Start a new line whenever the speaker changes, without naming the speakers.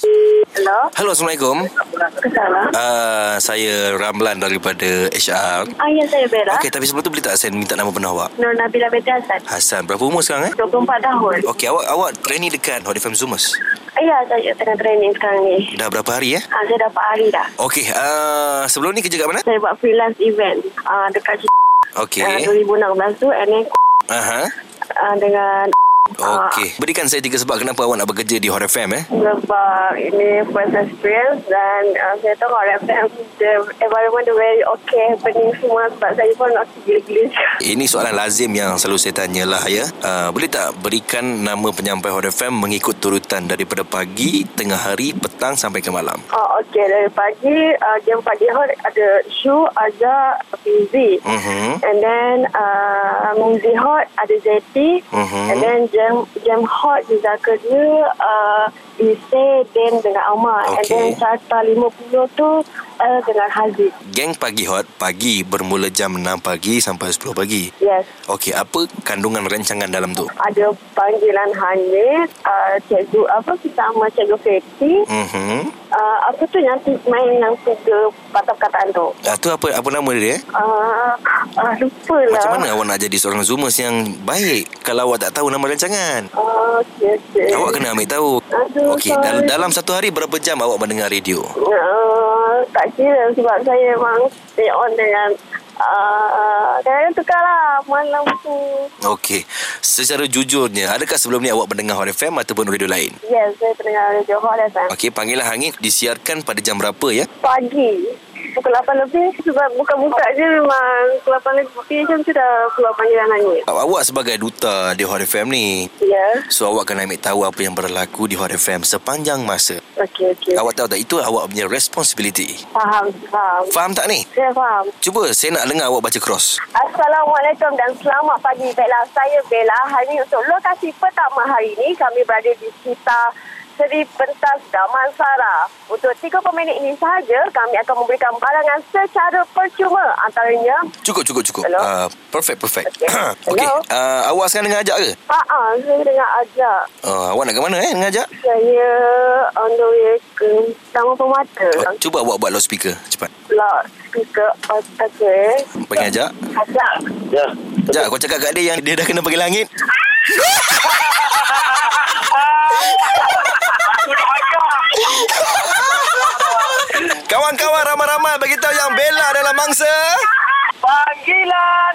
Hello.
Halo, Assalamualaikum.
Kesalahan.
Uh, saya Ramlan daripada HR.
Ah, ya saya Vera.
Okey, tapi sebelum tu boleh tak saya minta nama penuh awak?
Nur Nabila Binti Hasan.
Hasan. Berapa umur sekarang eh?
24 tahun.
Okey, awak awak trainee dekat Hot FM Zoomers.
Ah, ya, saya tengah training sekarang ni.
Dah berapa hari eh?
Ah, saya dah 4 hari dah.
Okey, uh, sebelum ni kerja kat mana?
Saya buat freelance event ah, dekat C- ah,
Okey.
2016 tu and then
Aha.
ah, dengan
Okey. Berikan saya tiga sebab kenapa awak nak bekerja di Hot FM eh?
sebab ini first experience dan uh, saya tahu orang FM the environment dia very okay pening semua sebab saya pun nak gila-gila
Ini soalan lazim yang selalu saya tanyalah ya. Uh, boleh tak berikan nama penyampai Hot FM mengikut turutan daripada pagi, tengah hari, petang sampai ke malam?
Oh, okay. Dari pagi, uh, jam pagi hot ada Shu, Azhar, Fizi.
Mhm.
And then, uh, Muzi Hot ada Zeti.
Mhm.
And then, jam, jam hot di Zakaria, uh, Ise, Dan dengan Amar. And
Okay.
then, carta 50 tu uh, dengan Haziq.
Geng Pagi Hot pagi bermula jam 6 pagi sampai 10 pagi.
Yes.
Okey, apa kandungan rancangan dalam tu?
Ada panggilan Hanif, uh, cikgu apa, kita sama cikgu Feti.
Mhm.
Uh, apa tu yang ti- main yang tiga patah perkataan tu?
Ah tu apa apa nama dia? Eh?
Uh, uh, lupa lah.
Macam mana awak nak jadi seorang zoomers yang baik kalau awak tak tahu nama rancangan?
Oh, okey, okey.
Awak kena ambil tahu.
Aduh,
Okey, dal- dalam satu hari berapa jam awak mendengar radio?
Uh, tak kira sebab saya memang stay on dengan uh, kadang-kadang tukar lah malam tu.
Okey. Secara jujurnya, adakah sebelum ni awak mendengar Hot FM ataupun radio lain?
Yes, saya tengah lah, radio Hot FM.
Okey, panggilan hangit disiarkan pada jam berapa ya?
Pagi. Pukul 8 lebih sebab buka-buka je memang pukul 8 lebih macam tu dah keluar panggilan nangis.
Aw- Awak sebagai duta di Hot FM ni,
Ya.
so awak kena ambil tahu apa yang berlaku di Hot FM sepanjang masa.
Okey, okey.
Awak tahu tak itu awak punya responsibility.
Faham, faham.
Faham tak ni?
Saya faham.
Cuba saya nak dengar awak baca cross.
Assalamualaikum dan selamat pagi Bella. Saya Bella. Hari ini untuk lokasi pertama hari ini kami berada di sekitar Seri Pentas Damansara. Untuk 30 minit ini sahaja kami akan memberikan barangan secara percuma antaranya
Cukup cukup cukup.
Hello?
Uh, perfect perfect.
Okey.
Okey.
Hello?
Uh, awak sekarang dengar ajak ke?
Aa, saya dengar ajak.
Uh, awak nak ke mana eh dengar ajak?
Saya on the way ke Taman Permata.
Oh, cuba awak buat loudspeaker cepat.
Loud speaker on okay.
Panggil ajak.
Ajak.
Ya.
Ajak kau cakap kat dia yang dia dah kena pergi langit. Kawan-kawan ramai-ramai beritahu yang Bella adalah mangsa.
Panggilan.